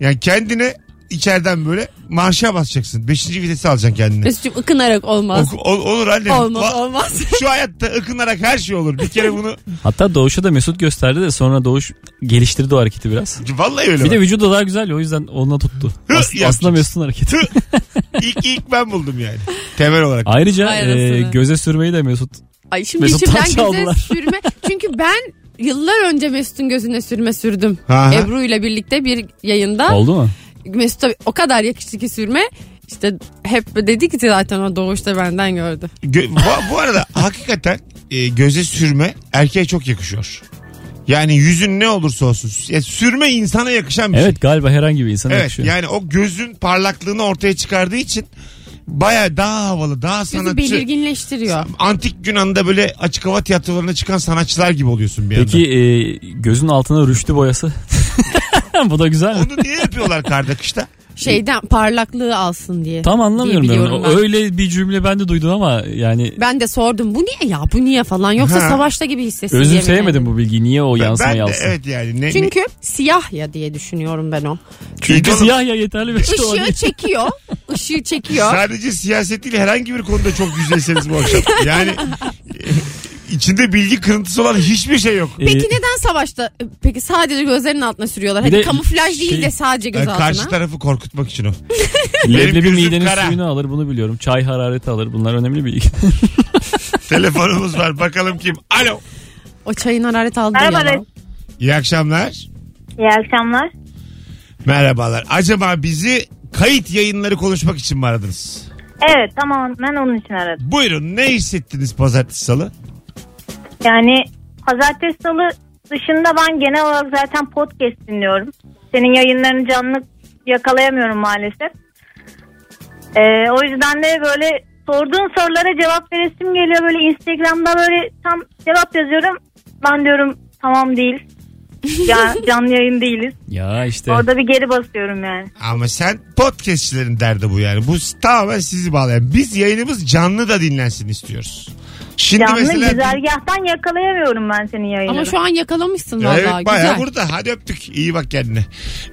S2: Yani kendine içeriden böyle marşa basacaksın. Beşinci vitesi alacaksın kendine.
S4: Mesut'cum ıkınarak olmaz.
S2: Oku- ol- olur annem.
S4: Olmaz
S2: Va-
S4: olmaz.
S2: Şu hayatta ıkınarak her şey olur. Bir kere bunu
S3: Hatta Doğuş'a da Mesut gösterdi de sonra Doğuş geliştirdi o hareketi biraz.
S2: vallahi öyle.
S3: Bir
S2: bak.
S3: de vücudu daha güzel ya, o yüzden onunla tuttu.
S2: Hı,
S3: Aslında, aslında
S2: yapacağız.
S3: Mesut'un hareketi.
S2: İlk, ilk ben buldum yani. Temel olarak.
S3: Ayrıca
S4: Vay arasını.
S3: e, göze sürmeyi de Mesut.
S4: Ay şimdi
S3: Mesut'tan
S4: içimden göze
S3: çaldılar.
S4: sürme. Çünkü ben yıllar önce Mesut'un gözüne sürme sürdüm.
S2: Aha.
S4: Ebru ile birlikte bir yayında.
S3: Oldu mu?
S4: Mesut'a o kadar yakıştı ki sürme. İşte hep dedi ki zaten o doğuşta benden gördü.
S2: Gö- bu, bu arada hakikaten e, göze sürme erkeğe çok yakışıyor. Yani yüzün ne olursa olsun. Ya sürme insana yakışan bir şey.
S3: Evet galiba herhangi bir insana
S2: Evet
S3: yakışıyor.
S2: yani o gözün parlaklığını ortaya çıkardığı için baya daha havalı daha
S4: Gözü
S2: sanatçı.
S4: belirginleştiriyor.
S2: Antik Yunan'da böyle açık hava tiyatrolarına çıkan sanatçılar gibi oluyorsun bir yandan.
S3: Peki e, gözün altına rüştü boyası. Bu da güzel mi?
S2: Onu niye yapıyorlar karda kışta?
S4: Şeyden parlaklığı alsın diye.
S3: Tam anlamıyorum
S4: diye
S3: ben
S4: biliyorum
S3: onu. Öyle bir cümle ben de duydum ama yani
S4: Ben de sordum bu niye ya bu niye falan yoksa
S2: Ha.
S4: savaşta gibi hissetsin diye mi
S3: özümseyemedim
S4: dedim.
S3: bu bilgiyi. Niye o
S2: ben
S3: yansımayı
S2: de
S3: alsın?
S2: evet yani. Ne,
S4: Çünkü siyah ya diye düşünüyorum ben o.
S3: Çünkü
S2: İdol-
S3: siyah ya yeterli bir şey
S4: Işığı
S3: olabilir.
S4: çekiyor. ışığı çekiyor.
S2: Sadece siyaset değil herhangi bir konuda çok yüzeyseniz bu akşam. Yani e, içinde bilgi kırıntısı olan hiçbir şey yok.
S3: E,
S4: Peki neden savaşta peki sadece gözlerinin altına sürüyorlar?
S3: Bir
S4: Hadi
S3: de
S4: kamuflaj değil
S3: şey-
S4: de sadece göz
S2: Yani Ee, karşı
S4: altına.
S2: tarafı korkutmak için o.
S3: Leblebi
S2: gözüm
S3: midenin
S2: kara.
S3: suyunu alır bunu biliyorum. Çay harareti alır. Bunlar önemli bilgi.
S2: Telefonumuz var bakalım kim. Alo.
S4: O çayın harareti aldı
S8: Merhaba
S4: ya.
S8: Mesut.
S2: İyi akşamlar.
S8: İyi akşamlar.
S2: Merhabalar. Acaba bizi kayıt yayınları konuşmak için mi aradınız?
S8: Evet tamam ben onun için aradım.
S2: Buyurun ne hissettiniz pazartesi salı?
S8: Yani pazartesi salı dışında ben genel olarak zaten podcast dinliyorum. Senin yayınlarını canlı yakalayamıyorum maalesef. Ee, o yüzden de böyle sorduğun sorulara cevap veresim geliyor. Böyle Instagram'da böyle tam cevap yazıyorum. Ben diyorum tamam değil. Ya, canlı yayın değiliz.
S3: ya işte.
S8: Orada bir geri basıyorum yani.
S2: Ama sen podcastçilerin derdi bu yani. Bu tamamen sizi bağlayan. Biz yayınımız canlı da dinlensin istiyoruz. Şimdi
S8: Canlı
S2: Hani mesela
S8: güzergahtan yakalayamıyorum ben senin yayınını.
S4: Ama şu an yakalamışsın
S2: Ya
S4: vallahi
S2: evet bayağı
S4: güzel.
S2: burada. Hadi öptük. İyi bak kendine.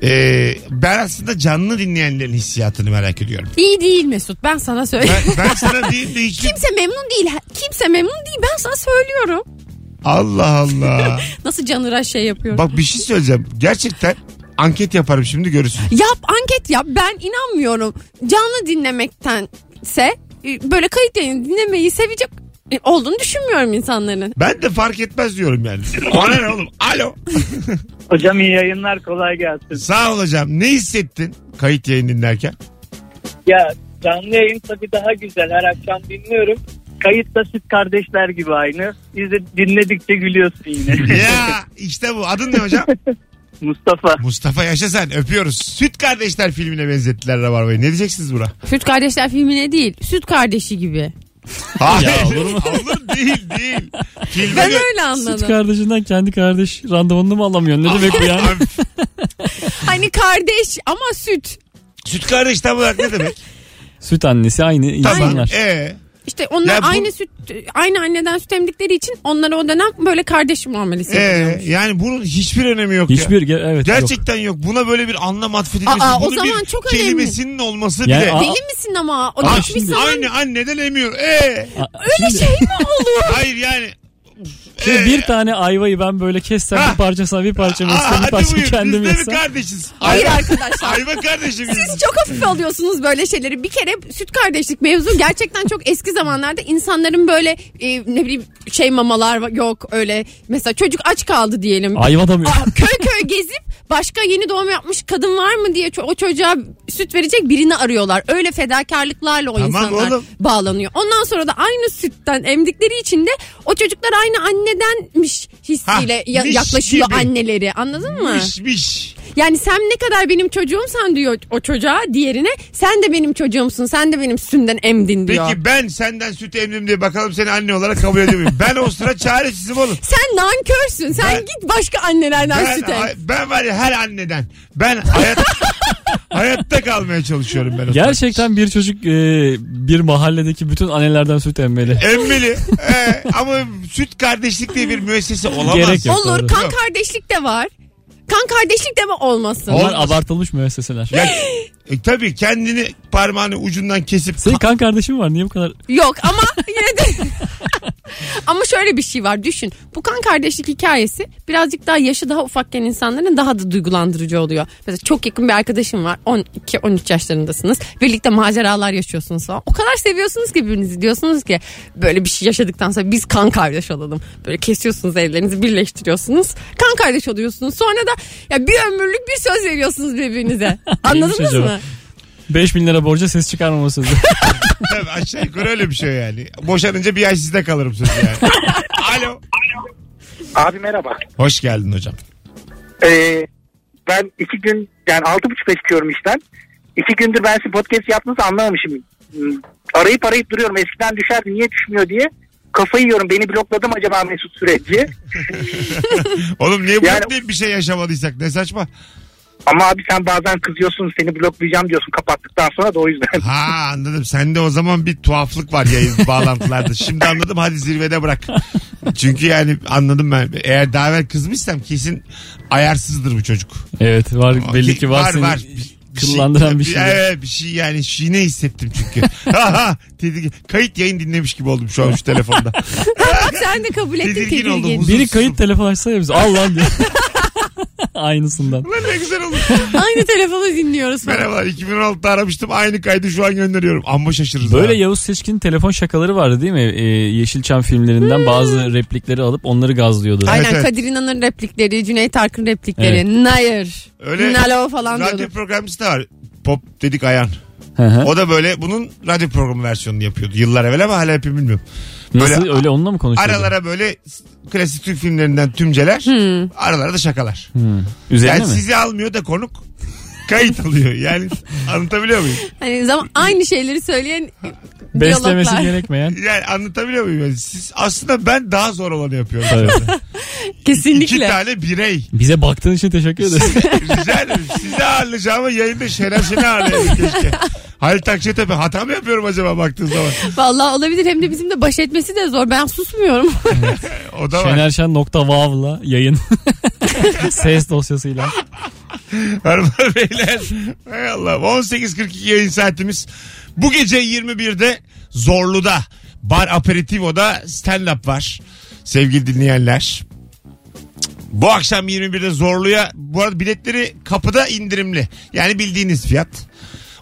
S2: Ee, ben aslında canlı dinleyenlerin hissiyatını merak ediyorum.
S4: İyi değil Mesut ben sana
S2: Ben,
S4: söyleyeyim.
S2: ben sana diyeyim de hiç...
S4: Kimse memnun değil. Kimse memnun değil. Ben sana söylüyorum.
S2: Allah Allah.
S4: Nasıl canıra şey yapıyorum.
S2: Bak bir şey söyleyeceğim. Gerçekten anket yaparım şimdi görürsün.
S4: Yap anket yap. Ben inanmıyorum. Canlı dinlemektense e, böyle kayıt yayını dinlemeyi sevecek e, olduğunu düşünmüyorum insanların.
S2: Ben de fark etmez diyorum yani. Ona ne oğlum? Alo.
S7: Hocam iyi yayınlar kolay gelsin.
S2: Sağ ol hocam. Ne hissettin kayıt yayın dinlerken?
S7: Ya canlı yayın tabii daha güzel her akşam dinliyorum. Kayıt da süt kardeşler gibi aynı. Biz de dinledikçe gülüyorsun yine.
S2: ya işte bu. Adın ne hocam?
S7: Mustafa.
S2: Mustafa yaşa sen. Öpüyoruz. Süt Kardeşler filmine benzettiler Rabarba'yı. Ne diyeceksiniz buna?
S4: Süt Kardeşler filmine değil. Süt Kardeşi gibi.
S2: Hayır.
S3: Ya
S2: olur
S3: olur mu?
S2: değil değil. Filme
S4: Ben
S2: gö-
S4: öyle
S3: Süt
S4: anladım.
S3: kardeşinden kendi kardeş randevanını mı alamıyorsun? Ne demek bu yani?
S2: Abi,
S4: Hani kardeş ama süt.
S2: süt kardeş tam olarak ne demek?
S3: Süt annesi aynı
S2: tamam.
S3: insanlar.
S2: Ee,
S4: işte onlar
S2: Ya bu-
S4: aynı süt aynı anneden süt emdikleri için onlara o dönem böyle kardeş muamelesi
S2: Ee,
S4: yapıyormuş.
S2: yani bunun hiçbir önemi yok ya.
S3: Hiçbir ge- evet yok.
S2: Gerçekten yok. Buna böyle bir anlam atfedilmesi.
S4: Aa, o
S2: bunun
S4: zaman
S2: bir
S4: çok önemli.
S2: kelimesinin olması
S3: Yani
S2: bile.
S3: a-
S4: Deli misin ama? O
S3: Aa,
S4: geçmiş
S3: şimdi-
S4: zaman
S2: Aynı anneden emiyor. Ee,
S3: Aa,
S4: öyle
S3: şimdi-
S4: şey mi olur?
S2: hayır yani.
S3: Şimdi
S2: Ee,
S3: bir tane ayvayı ben böyle kessem
S2: Ha.
S3: bir parça sana bir parça
S2: aa,
S3: mesela bir
S2: hadi
S3: parça
S2: buyur.
S3: kendim
S2: Biz de mi
S3: yesem.
S2: kardeşiz?
S4: Hayır
S2: Ayva-
S4: arkadaşlar.
S2: Ayva kardeşim.
S4: Siz çok hafif alıyorsunuz böyle şeyleri. Bir kere süt kardeşlik mevzu gerçekten çok eski zamanlarda insanların böyle e, ne bileyim şey mamalar va- yok öyle. Mesela çocuk aç kaldı diyelim.
S3: Ayva da mı?
S2: Ah.
S4: Aa, köy köy gezip başka yeni doğum yapmış kadın var mı diye ço- o çocuğa süt verecek birini arıyorlar. Öyle fedakarlıklarla o
S2: Tamam
S4: insanlar
S2: oğlum.
S4: bağlanıyor. Ondan sonra da aynı sütten emdikleri için de o çocuklar aynı annedenmiş hissiyle
S2: Ha,
S4: ya-
S2: miş
S4: yaklaşıyor
S2: gibi.
S4: anneleri. Anladın mı?
S2: Mişmiş.
S4: Yani sen ne kadar benim çocuğumsan diyor o çocuğa diğerine sen de benim çocuğumsun sen de benim sütümden emdin diyor.
S2: Peki ben senden süt emdim diye bakalım seni anne olarak kabul ediyor muyum? Ben o sıra çaresizim oğlum.
S4: Sen nankörsün. Sen
S2: Ben-
S4: git başka annelerden
S2: Ben,
S4: süt em.
S2: ben var ya her anneden. Ben hayat, hayatta kalmaya çalışıyorum ben o sıra.
S3: Gerçekten bir çocuk e, bir mahalledeki bütün annelerden süt
S2: E,
S3: emmeli.
S2: Emmeli. Ee, ama süt kardeşlik diye bir müessese olamaz.
S3: Gerek yok.
S4: Olur.
S3: doğru.
S4: Kan
S2: Yok.
S4: kardeşlik de var. Kan kardeşlik de mi olmasın?
S3: Onlar
S2: Olmaz.
S3: abartılmış müesseseler.
S2: Ya, e, tabii kendini parmağını ucundan kesip
S3: Senin kan kardeşin var niye bu kadar?
S4: Yok ama yine de ama şöyle bir şey var düşün. Bu kan kardeşlik hikayesi birazcık daha yaşı daha ufakken insanların daha da duygulandırıcı oluyor. Mesela çok yakın bir arkadaşım var 12-13 yaşlarındasınız. Birlikte maceralar yaşıyorsunuz falan. O kadar seviyorsunuz ki birbirinizi diyorsunuz ki böyle bir şey yaşadıktan sonra biz kan kardeş olalım. Böyle kesiyorsunuz ellerinizi birleştiriyorsunuz. Kan kardeş oluyorsunuz. Sonra da ya bir ömürlük bir söz veriyorsunuz birbirinize. Anladınız
S3: acaba?
S4: mı?
S3: 5000 lira borca ses çıkarmama sözü.
S2: Tabii aşağı yukarı öyle bir şey yani. Boşanınca bir ay sizde kalırım sözü yani. Alo.
S5: Abi merhaba.
S2: Hoş geldin hocam.
S5: Ee, ben iki gün yani altı buçukta çıkıyorum işten. İki gündür ben size podcast yaptığınızı anlamamışım. Hmm, Arayıp arayıp duruyorum eskiden düşerdi niye düşmüyor diye. Kafayı yiyorum beni blokladım acaba Mesut Süreci.
S2: Oğlum niye bu
S5: Yani-
S2: bir şey yaşamadıysak ne saçma.
S5: Ama abi sen bazen kızıyorsun seni bloklayacağım diyorsun kapattıktan sonra da o yüzden.
S2: Ha anladım. Sende o zaman bir tuhaflık var yayın bağlantılarda. Şimdi anladım hadi zirvede bırak. Çünkü yani anladım ben. Eğer daha evvel kızmışsam kesin ayarsızdır bu çocuk.
S3: evet var belli ki var, seni
S2: Bir şey-
S3: kıllandıran bir şey.
S2: Evet bir şey yani şiine hissettim çünkü. Ha, ha, Tedirgin. Kayıt yayın dinlemiş gibi oldum şu an şu telefonda.
S4: Bak sen de kabul ettin
S2: Tedirgin
S4: tedirgin.
S2: oldum.
S3: Biri kayıt telefon açsa ya bize al lan diye. Aynısından.
S2: Ulan ne güzel olur.
S4: Aynı telefonu dinliyoruz falan.
S2: Merhabalar 2016'da aramıştım aynı kaydı şu an gönderiyorum. Amma şaşırırız.
S3: Böyle
S2: ha.
S3: Yavuz Seçkin'in telefon şakaları vardı değil mi? Ee, Yeşilçam filmlerinden bazı replikleri alıp onları gazlıyordu.
S2: Hmm. Ay-
S4: Aynen
S2: Evet, evet.
S4: Kadir İnanır replikleri, Cüneyt Arkın replikleri, Nayır,
S2: Öyle-
S4: Nalo falan
S2: Radyo
S4: diyordu.
S2: programcısı da var. Pop dedik ayağın.
S3: Hı hı.
S2: O da böyle bunun radyo programı versiyonunu yapıyordu yıllar evvel ama hala yapıyor bilmiyorum. Böyle
S3: Nasıl öyle onunla mı konuşuyordu?
S2: aralara böyle s- klasik Türk filmlerinden tümceler, aralara da şakalar.
S3: Üzerine
S2: Yani
S3: mi?
S2: sizi almıyor da konuk kayıt alıyor. Yani anlatabiliyor muyum?
S4: Hani zaman aynı şeyleri söyleyen
S3: Beslemesi
S4: diyaloglar.
S3: gerekmeyen.
S2: Yani anlatabiliyor muyum? Yani siz, aslında ben daha zor olanı yapıyorum.
S3: Evet.
S2: İki
S4: Kesinlikle.
S2: tane birey.
S3: Bize baktığın için teşekkür ederiz.
S2: Rica ederim. Sizi ağırlayacağıma yayında Şener Şen'i ağırlayayım keşke. Halit Akçetepe hata mı yapıyorum acaba baktığın zaman?
S4: Vallahi olabilir hem de bizim de baş etmesi de zor. Ben susmuyorum.
S2: O da var.
S3: Şener Şen nokta wav'la yayın. Ses dosyasıyla.
S2: Hanımlar beyler. Hay Allah. 18.42 yayın saatimiz. Bu gece 21'de Zorlu'da Bar Aperitivo'da stand-up var. Sevgili dinleyenler. Bu akşam 21'de Zorlu'ya bu arada biletleri kapıda indirimli. Yani bildiğiniz fiyat.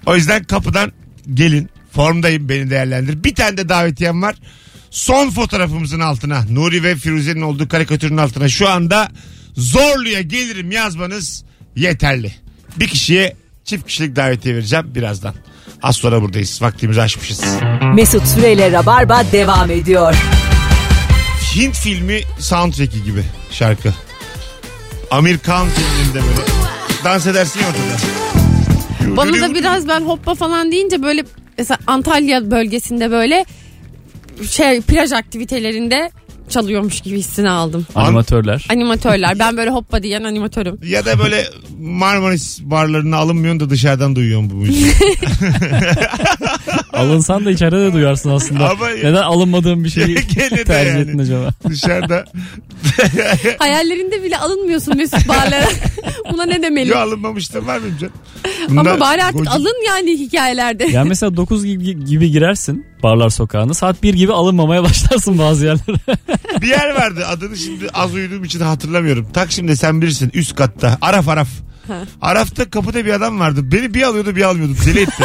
S2: O yüzden kapıdan gelin. Formdayım beni değerlendir. Bir tane de davetiyem var. Son fotoğrafımızın altına Nuri ve Firuze'nin olduğu karikatürün altına şu anda Zorlu'ya gelirim yazmanız yeterli. Bir kişiye çift kişilik davetiye vereceğim birazdan. Az sonra buradayız. Vaktimizi aşmışız.
S1: Mesut Süreyle Rabarba devam ediyor.
S2: Hint filmi soundtrack'i gibi şarkı. Amir Khan filminde böyle. Dans edersin ya ortada.
S4: Bana da biraz ben hoppa falan deyince böyle mesela Antalya bölgesinde böyle şey plaj aktivitelerinde çalıyormuş gibi hissini aldım.
S3: Animatörler.
S4: Animatörler. Ben böyle hoppa diyen animatörüm.
S2: Ya da böyle Marmaris barlarına alınmıyorsun da dışarıdan duyuyorsun bu müziği.
S3: Alınsan da içeride de duyarsın aslında.
S2: Ama-
S3: Neden alınmadığın bir şeyi
S2: Gene de
S3: tercih
S2: yani.
S3: ettin acaba?
S2: Dışarıda.
S4: Hayallerinde bile alınmıyorsun Mesut barlara. Buna ne demeli?
S2: Yo alınmamıştım var mıyım canım?
S4: Ama bari artık
S2: Gocuk-
S4: alın yani hikayelerde.
S3: Yani mesela 9 gibi, gibi girersin barlar sokağına. Saat 1 gibi alınmamaya başlarsın bazı yerlere.
S2: Bir yer vardı adını şimdi az uyuduğum için hatırlamıyorum. Taksim'de sen bilirsin üst katta. Araf Araf. Araf'ta kapıda bir adam vardı. Beni bir alıyordu bir almıyordu. Deli etti.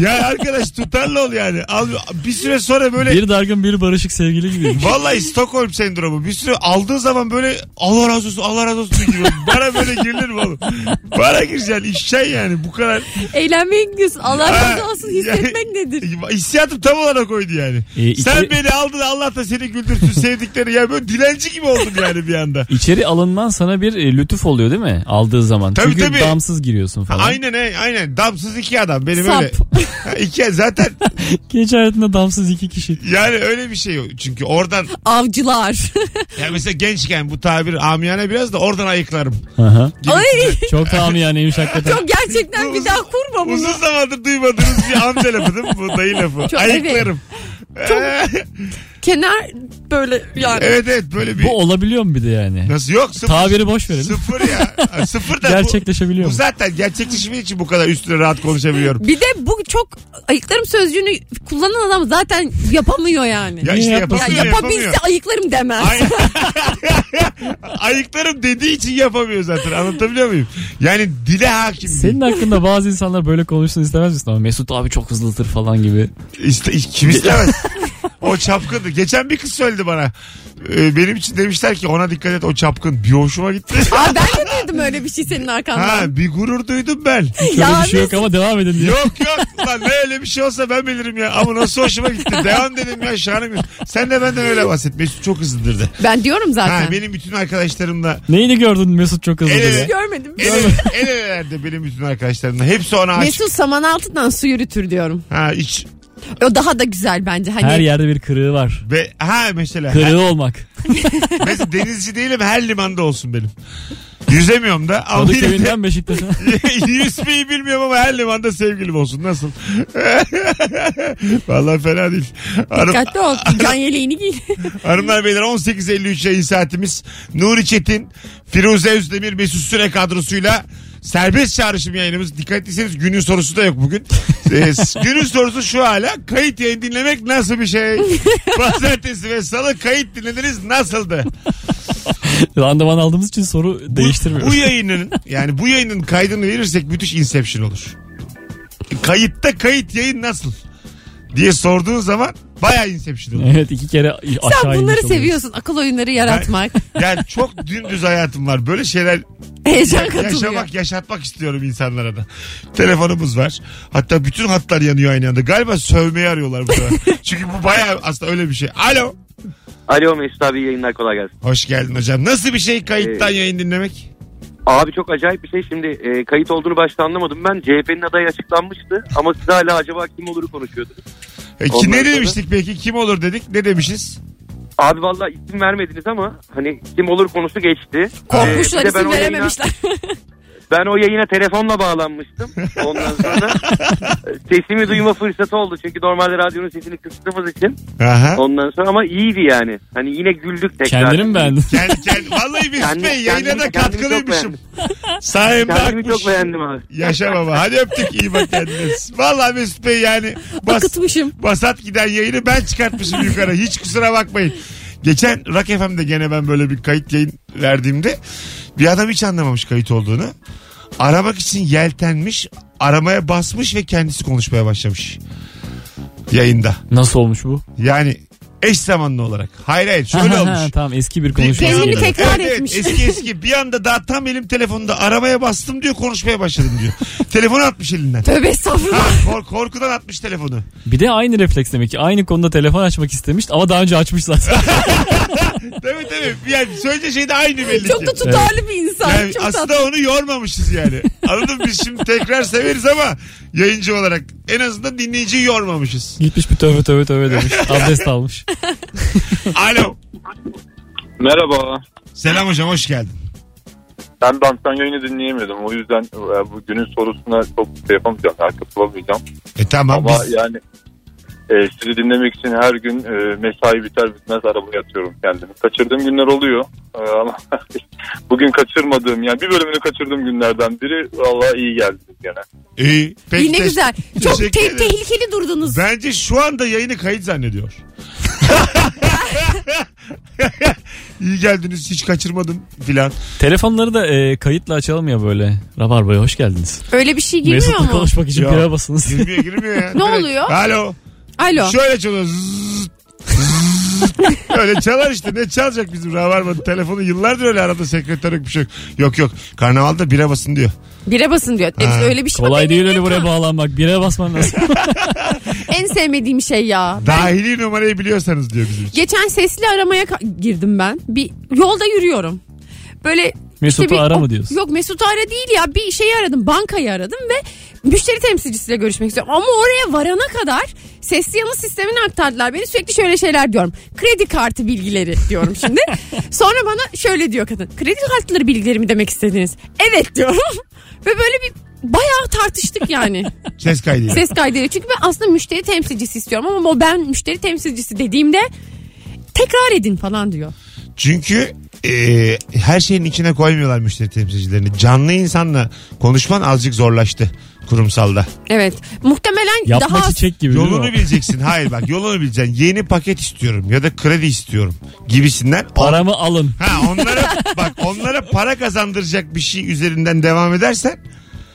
S2: ya arkadaş tutarlı ol yani. Al, bir süre sonra böyle
S3: bir dargın bir barışık sevgili gibi.
S2: Vallahi Stockholm sendromu. Bir sürü aldığı zaman böyle Allah razı olsun Allah razı olsun gibi. Bana böyle girilir mi oğlum? Bana gireceksin işeceksin yani bu kadar.
S4: Eğlenmeye gidiyorsun. Allah razı
S2: Ha,
S4: olsun hissetmek
S2: yani- e,
S4: nedir?
S2: Hissiyatım tam olarak oydu yani.
S3: E, iki-
S2: Sen beni aldın Allah da seni güldürsün sevdikleri. Yani böyle dilenci gibi oldum yani bir anda.
S3: İçeri alınman sana bir e, lütuf oluyor değil mi? Aldığı zaman.
S2: Tabii,
S3: Çünkü
S2: tabii.
S3: damsız giriyorsun falan.
S2: Aynen he, aynen. Damsız iki adam. Benim
S4: Sap.
S2: öyle. Ha, İki, zaten
S3: Gece hayatında damsız iki kişi.
S2: yani öyle bir şey yok. Çünkü oradan
S4: Avcılar.
S2: ya mesela gençken bu tabir amiyane biraz da oradan ayıklarım.
S3: Aha.
S4: Ay
S3: Çok tam yaneymiş hakikaten.
S4: çok gerçekten bir daha kurma bunu.
S2: Uzun zamandır duymadığınız bir amca lafı değil mi bu dayı lafı?
S4: Çok-
S2: Ayıklarım. E,
S4: Kenar böyle yani.
S2: evet evet böyle bir...
S3: Bu olabiliyor mu bir de yani?
S2: Nasıl yok sıfır.
S3: Tabiri boş verelim.
S2: Sıfır ya. Ha, sıfır da bu-
S3: Gerçekleşebiliyor
S2: bu,
S3: mu?
S2: zaten gerçekleşmediği için bu kadar üstüne rahat konuşabiliyorum.
S4: Bir de bu çok ayıklarım sözcüğünü kullanan adam zaten yapamıyor yani.
S2: Ya
S4: Ya,
S2: işte
S3: Niye
S2: yapamıyor. yapamıyor.
S4: yapabilse ayıklarım demez.
S2: Ay- Ayıklarım dediği için yapamıyor zaten. Anlatabiliyor muyum? Yani dile hakim. değil.
S3: Senin hakkında bazı insanlar böyle konuşsun istemez misin? Ama Mesut abi çok hızlıdır falan gibi.
S2: İste, kim istemez? o çapkındı. Geçen bir kız söyledi bana. Ee, benim için demişler ki ona dikkat et o çapkın. Bir hoşuma gitti.
S4: Aa, ben de duydum öyle bir şey senin arkandan.
S2: ha, bir gurur duydum ben.
S3: Şöyle
S4: Ya
S3: bir şey yok
S4: Mesut-
S3: ama devam edin diyor.
S2: Yok yok lan ne öyle bir şey olsa ben bilirim ya. Ama nasıl hoşuma gitti. Devam dedim ya şahane bir. Sen de benden öyle bahset. Mesut çok hızlıdır de.
S4: Ben diyorum zaten.
S2: Ha, benim bütün arkadaşlarımla
S3: Neyini gördün Mesut çok hızlıdır?
S2: Evet.
S3: ya?
S4: Hiç görmedim.
S2: el, ele- el elelerde benim bütün arkadaşlarımla. Hepsi ona aşık.
S4: Mesut saman altından su yürütür diyorum.
S2: Ha, hiç,
S4: O daha da güzel bence. Hani
S3: Her yerde bir kırığı var.
S2: ve, ha mesela.
S3: Kırığı olmak.
S2: Mesela denizci değilim her limanda olsun benim. Yüzemiyorum da ama
S3: Kadıköy'den
S2: yine de
S3: köyünden Beşiktaş'a.
S2: yüzmeyi bilmiyorum ama her limanda sevgilim olsun. Nasıl? Vallahi fena değil. Hanım,
S4: dikkatli ol. Can yeleğini giy.
S2: hanımlar beyler 18.53 yayın saatimiz. Nuri Çetin, Firuze Özdemir, Mesut Süre kadrosuyla serbest çağrışım yayınımız. Dikkat ettiyseniz günün sorusu da yok bugün. Ee, günün sorusu şu hala. Kayıt yayın dinlemek nasıl bir şey? Pazartesi ve salı kayıt dinlediniz nasıldı?
S3: Randevan aldığımız için soru
S2: Bu,
S3: değiştirmiyoruz.
S2: bu yayının yani bu yayının kaydını verirsek müthiş inception olur. Kayıtta kayıt yayın nasıl? diye sorduğun zaman bayağı inception olur.
S3: Evet iki kere aşağı
S4: Sen
S3: inmiş
S4: bunları
S3: oluyoruz.
S4: seviyorsun. Akıl oyunları yaratmak.
S2: Yani çok dümdüz hayatım var. Böyle şeyler
S4: Heyecan katılıyor.
S2: yaşamak, yaşatmak istiyorum insanlara da. Telefonumuz var. Hatta bütün hatlar yanıyor aynı anda. Galiba sövmeyi arıyorlar bu sefer. Çünkü bu bayağı aslında öyle bir şey. Alo.
S9: Alo Mesut abi yayınlar kolay gelsin.
S2: Hoş geldin hocam. Nasıl bir şey kayıttan
S9: Ee,
S2: yayın dinlemek?
S9: Abi çok acayip bir şey şimdi e, kayıt olduğunu başta anlamadım ben. CHP'nin adayı açıklanmıştı ama siz hala acaba kim oluru konuşuyordunuz.
S2: E, ki-
S9: Ondan
S2: ne
S9: sonra-
S2: demiştik peki? Kim olur dedik? Ne demişiz?
S9: Abi valla isim vermediniz ama hani kim olur konusu geçti.
S4: Korkmuşlar
S9: Ee, bir de ben
S4: isim
S9: o yayına-
S4: verememişler.
S9: Ben o yayına telefonla bağlanmıştım. Ondan sonra e, sesimi duyma fırsatı oldu. Çünkü normalde radyonun sesini kıstığımız için.
S2: Aha.
S9: Ondan sonra ama iyiydi yani. Hani yine güldük tekrar.
S3: Kendini mi beğendin?
S2: Kendi, kendi, vallahi Mesut
S9: Kendi-
S2: Bey yayına da
S9: kendimi- kendimi
S2: katkılıymışım.
S9: çok
S2: Sayemde
S9: Kendimi
S2: hakmış.
S9: çok beğendim abi.
S2: Yaşa baba. Hadi öptük iyi bak kendine. Vallahi Mesut Bey yani bas,
S4: Akıtmışım.
S2: basat giden yayını ben çıkartmışım yukarı. Hiç kusura bakmayın. Geçen Rock FM'de gene ben böyle bir kayıt yayın verdiğimde bir adam hiç anlamamış kayıt olduğunu. Aramak için yeltenmiş, aramaya basmış ve kendisi konuşmaya başlamış. Yayında.
S3: Nasıl olmuş bu?
S2: Yani eş zamanlı olarak. Hayır hayır şöyle olmuş.
S3: tamam eski bir
S2: Bir-
S3: konuşma.
S4: Kendini
S3: olabilir.
S4: tek- tekrar
S2: evet,
S4: etmiş.
S2: Evet, eski eski bir anda daha tam elim telefonda aramaya bastım diyor konuşmaya başladım diyor. Telefonu atmış elinden.
S4: Tövbe estağfurullah.
S2: Ha, Kor- korkudan atmış telefonu.
S3: Bir de aynı refleks demek ki. Aynı konuda telefon açmak istemiş ama daha önce açmış zaten.
S2: Tabii tabii. Yani söyleyeceği şey de aynı belli
S4: Çok
S2: ki.
S4: da tutarlı bir insan.
S2: Yani
S4: Çok
S2: aslında
S4: tatlı.
S2: onu yormamışız yani. Anladın mı? Biz şimdi tekrar severiz ama yayıncı olarak en azından dinleyiciyi yormamışız.
S3: Gitmiş bir tövbe tövbe tövbe demiş. Abdest almış.
S2: Alo.
S5: Merhaba.
S2: Selam hocam hoş geldin.
S5: Ben banttan yayını dinleyemiyordum. O yüzden e, bu günün sorusuna çok şey yapamayacağım. Arkası olamayacağım.
S2: E tamam
S5: Ama
S2: biz
S5: yani e, sizi dinlemek için her gün e, mesai biter bitmez arabaya atıyorum kendimi. Kaçırdığım günler oluyor. E, ama bugün kaçırmadığım yani bir bölümünü kaçırdığım günlerden biri valla iyi geldi gene.
S2: iyi. Peki,
S4: Yine
S2: te-
S4: güzel. Çok
S2: teşekkür
S4: te-
S2: ederim.
S4: tehlikeli durdunuz.
S2: Bence şu anda yayını kayıt zannediyor. İyi geldiniz hiç kaçırmadım filan.
S3: Telefonları da e, kayıtla açalım ya böyle. Rabarba'ya hoş geldiniz.
S4: Öyle bir şey girmiyor
S3: Mesut'la
S4: mu?
S3: konuşmak için
S2: Yok.
S3: bir ara basınız.
S2: Girmiyor girmiyor ya.
S4: Ne oluyor?
S2: Alo.
S4: Alo.
S2: Şöyle çalıyor. Zzzz. Zzzz. öyle çalar işte. Ne çalacak bizim Rabarba telefonu yıllardır öyle arada sekreter yok bir şey yok. Yok yok. Karnavalda bira basın diyor.
S4: Bire basın diyor. E,
S2: Ha.
S4: öyle bir şey
S3: Kolay
S4: Bak,
S3: değil
S4: en-
S3: öyle buraya bağlanmak. Bir ara basman lazım.
S4: En sevmediğim şey ya.
S2: Dahili numarayı biliyorsanız diyor bizim. için.
S4: Geçen sesli aramaya ka- girdim ben. Bir yolda yürüyorum. Böyle
S3: Mesut'u
S4: bir-
S3: ara mı
S4: o-
S3: diyorsun?
S4: Yok Mesut'u ara değil ya. Bir şeyi aradım. Bankayı aradım ve müşteri temsilcisiyle görüşmek istiyorum. Ama oraya varana kadar sesli yanıt sistemini aktardılar beni. Sürekli şöyle şeyler diyorum. Kredi kartı bilgileri diyorum şimdi. Sonra bana şöyle diyor kadın. Kredi kartları bilgileri mi demek istediniz? Evet diyorum. ve böyle bir bayağı tartıştık yani.
S2: Ses kaydı.
S4: Ses kaydıyla. Çünkü ben aslında müşteri temsilcisi istiyorum ama o ben müşteri temsilcisi dediğimde tekrar edin falan diyor.
S2: Çünkü e, her şeyin içine koymuyorlar müşteri temsilcilerini. Canlı insanla konuşman azıcık zorlaştı kurumsalda.
S4: Evet. Muhtemelen
S3: Yapma
S4: daha
S3: çiçek gibi değil mi
S2: Yolunu
S3: o?
S2: bileceksin. Hayır bak yolunu bileceksin. Yeni paket istiyorum ya da kredi istiyorum gibisinden.
S3: Paramı alın.
S2: Ha onlara bak onlara para kazandıracak bir şey üzerinden devam edersen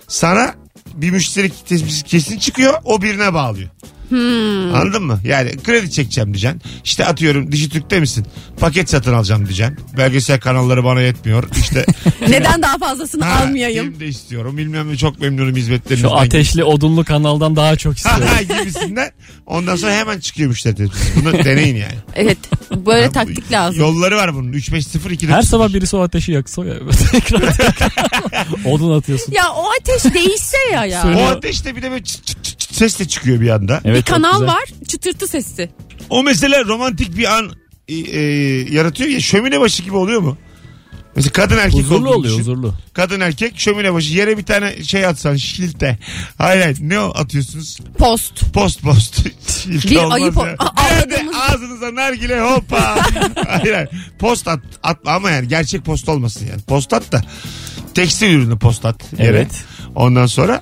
S2: sana bir müşteri kitlesi kesin çıkıyor o birine bağlıyor.
S4: Hmm.
S2: Anladın mı? Yani kredi çekeceğim diyeceksin. İşte atıyorum Dijitürk'te misin? Paket satın alacağım diyeceksin. Belgesel kanalları bana yetmiyor. İşte
S4: neden daha fazlasını
S2: ha,
S4: almayayım?
S2: film de istiyorum. Bilmem ne çok memnunum hizmetlerinizden.
S3: Şu ateşli odunlu kanaldan daha çok istiyorum.
S2: Ha, gibisinden. Ondan sonra hemen çıkıyor müşteri temsilcisi. Bunu deneyin yani.
S4: Evet. Böyle
S2: Ha, bu-
S4: taktik lazım.
S2: Yolları var bunun. 3-5-0-2'de.
S3: Her sabah birisi o ateşi yaksa ya. Tekrar odun atıyorsun.
S4: Ya o ateş değişse ya ya.
S3: Söyle.
S2: O ateşte bir de böyle çıt çıt çıt çıt ses de çıkıyor bir anda.
S3: Evet,
S4: bir
S3: çok
S4: kanal
S3: güzel.
S4: var çıtırtı sesi.
S2: O mesela romantik bir an e, e, yaratıyor ya şömine başı gibi oluyor mu? Mesela kadın erkek
S3: Huzurlu
S2: olduğunu
S3: oluyor
S2: düşün.
S3: huzurlu.
S2: Kadın erkek şömine başı yere bir tane şey atsan şilte. Hayır hayır ne o atıyorsunuz?
S4: Post.
S2: Post post. şilte
S4: Bir
S2: olmaz
S4: ayıp
S2: ya.
S4: o- a-
S2: Nerede?
S4: avladığımız-
S2: ağzınıza nargile hoppa. hayır hayır. Post at, atma ama yani gerçek post olmasın yani. Post at da tekstil ürünü post at yere.
S3: Evet.
S2: Ondan sonra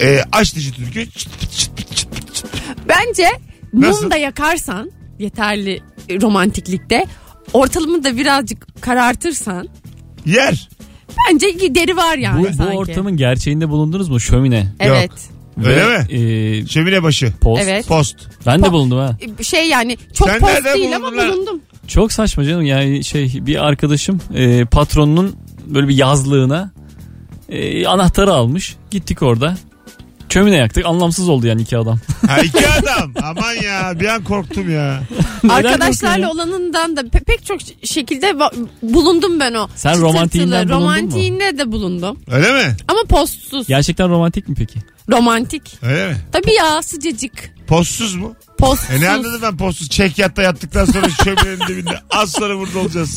S2: e, aç dişi türkü çıt pıt çıt pıt çıt pıt çıt.
S4: Bence
S2: Nasıl?
S4: mum da yakarsan yeterli romantiklikte ortalımı da birazcık karartırsan
S2: yer.
S4: bence gideri var yani
S3: Bu, bu
S4: sanki.
S3: ortamın gerçeğinde bulundunuz mu? Şömine.
S4: Evet.
S2: Öyle
S3: Ve,
S2: mi?
S3: e,
S2: Şömine başı.
S3: post.
S4: Evet.
S2: Post.
S3: Ben de bulundum ha.
S4: Şey yani çok
S2: Sen
S4: post
S2: nereden
S4: değil ama
S2: buldun lan?
S4: bulundum.
S3: Çok saçma canım yani şey bir arkadaşım e, patronunun böyle bir yazlığına e, anahtarı almış. Gittik orada. Çömine yaktık. Anlamsız oldu yani iki adam.
S2: Ha iki adam. Aman ya bir an korktum ya.
S3: Neden
S4: Arkadaşlarla
S3: korkuyorsun?
S4: olanından da pe- pek çok ş- şekilde va- bulundum ben o.
S3: Sen
S4: Çıtırtılı,
S3: romantiğinden bulundun mu?
S4: romantiğinde de bulundum.
S2: Öyle mi?
S4: Ama postsuz.
S3: Gerçekten romantik mi peki?
S4: Romantik.
S2: Öyle mi?
S4: Tabii ya sıcacık.
S2: Postsuz mu?
S4: Postsuz.
S2: E ne anladım ben postsuz. Çek yatta yattıktan sonra şöminenin dibinde. Az sonra burada olacağız.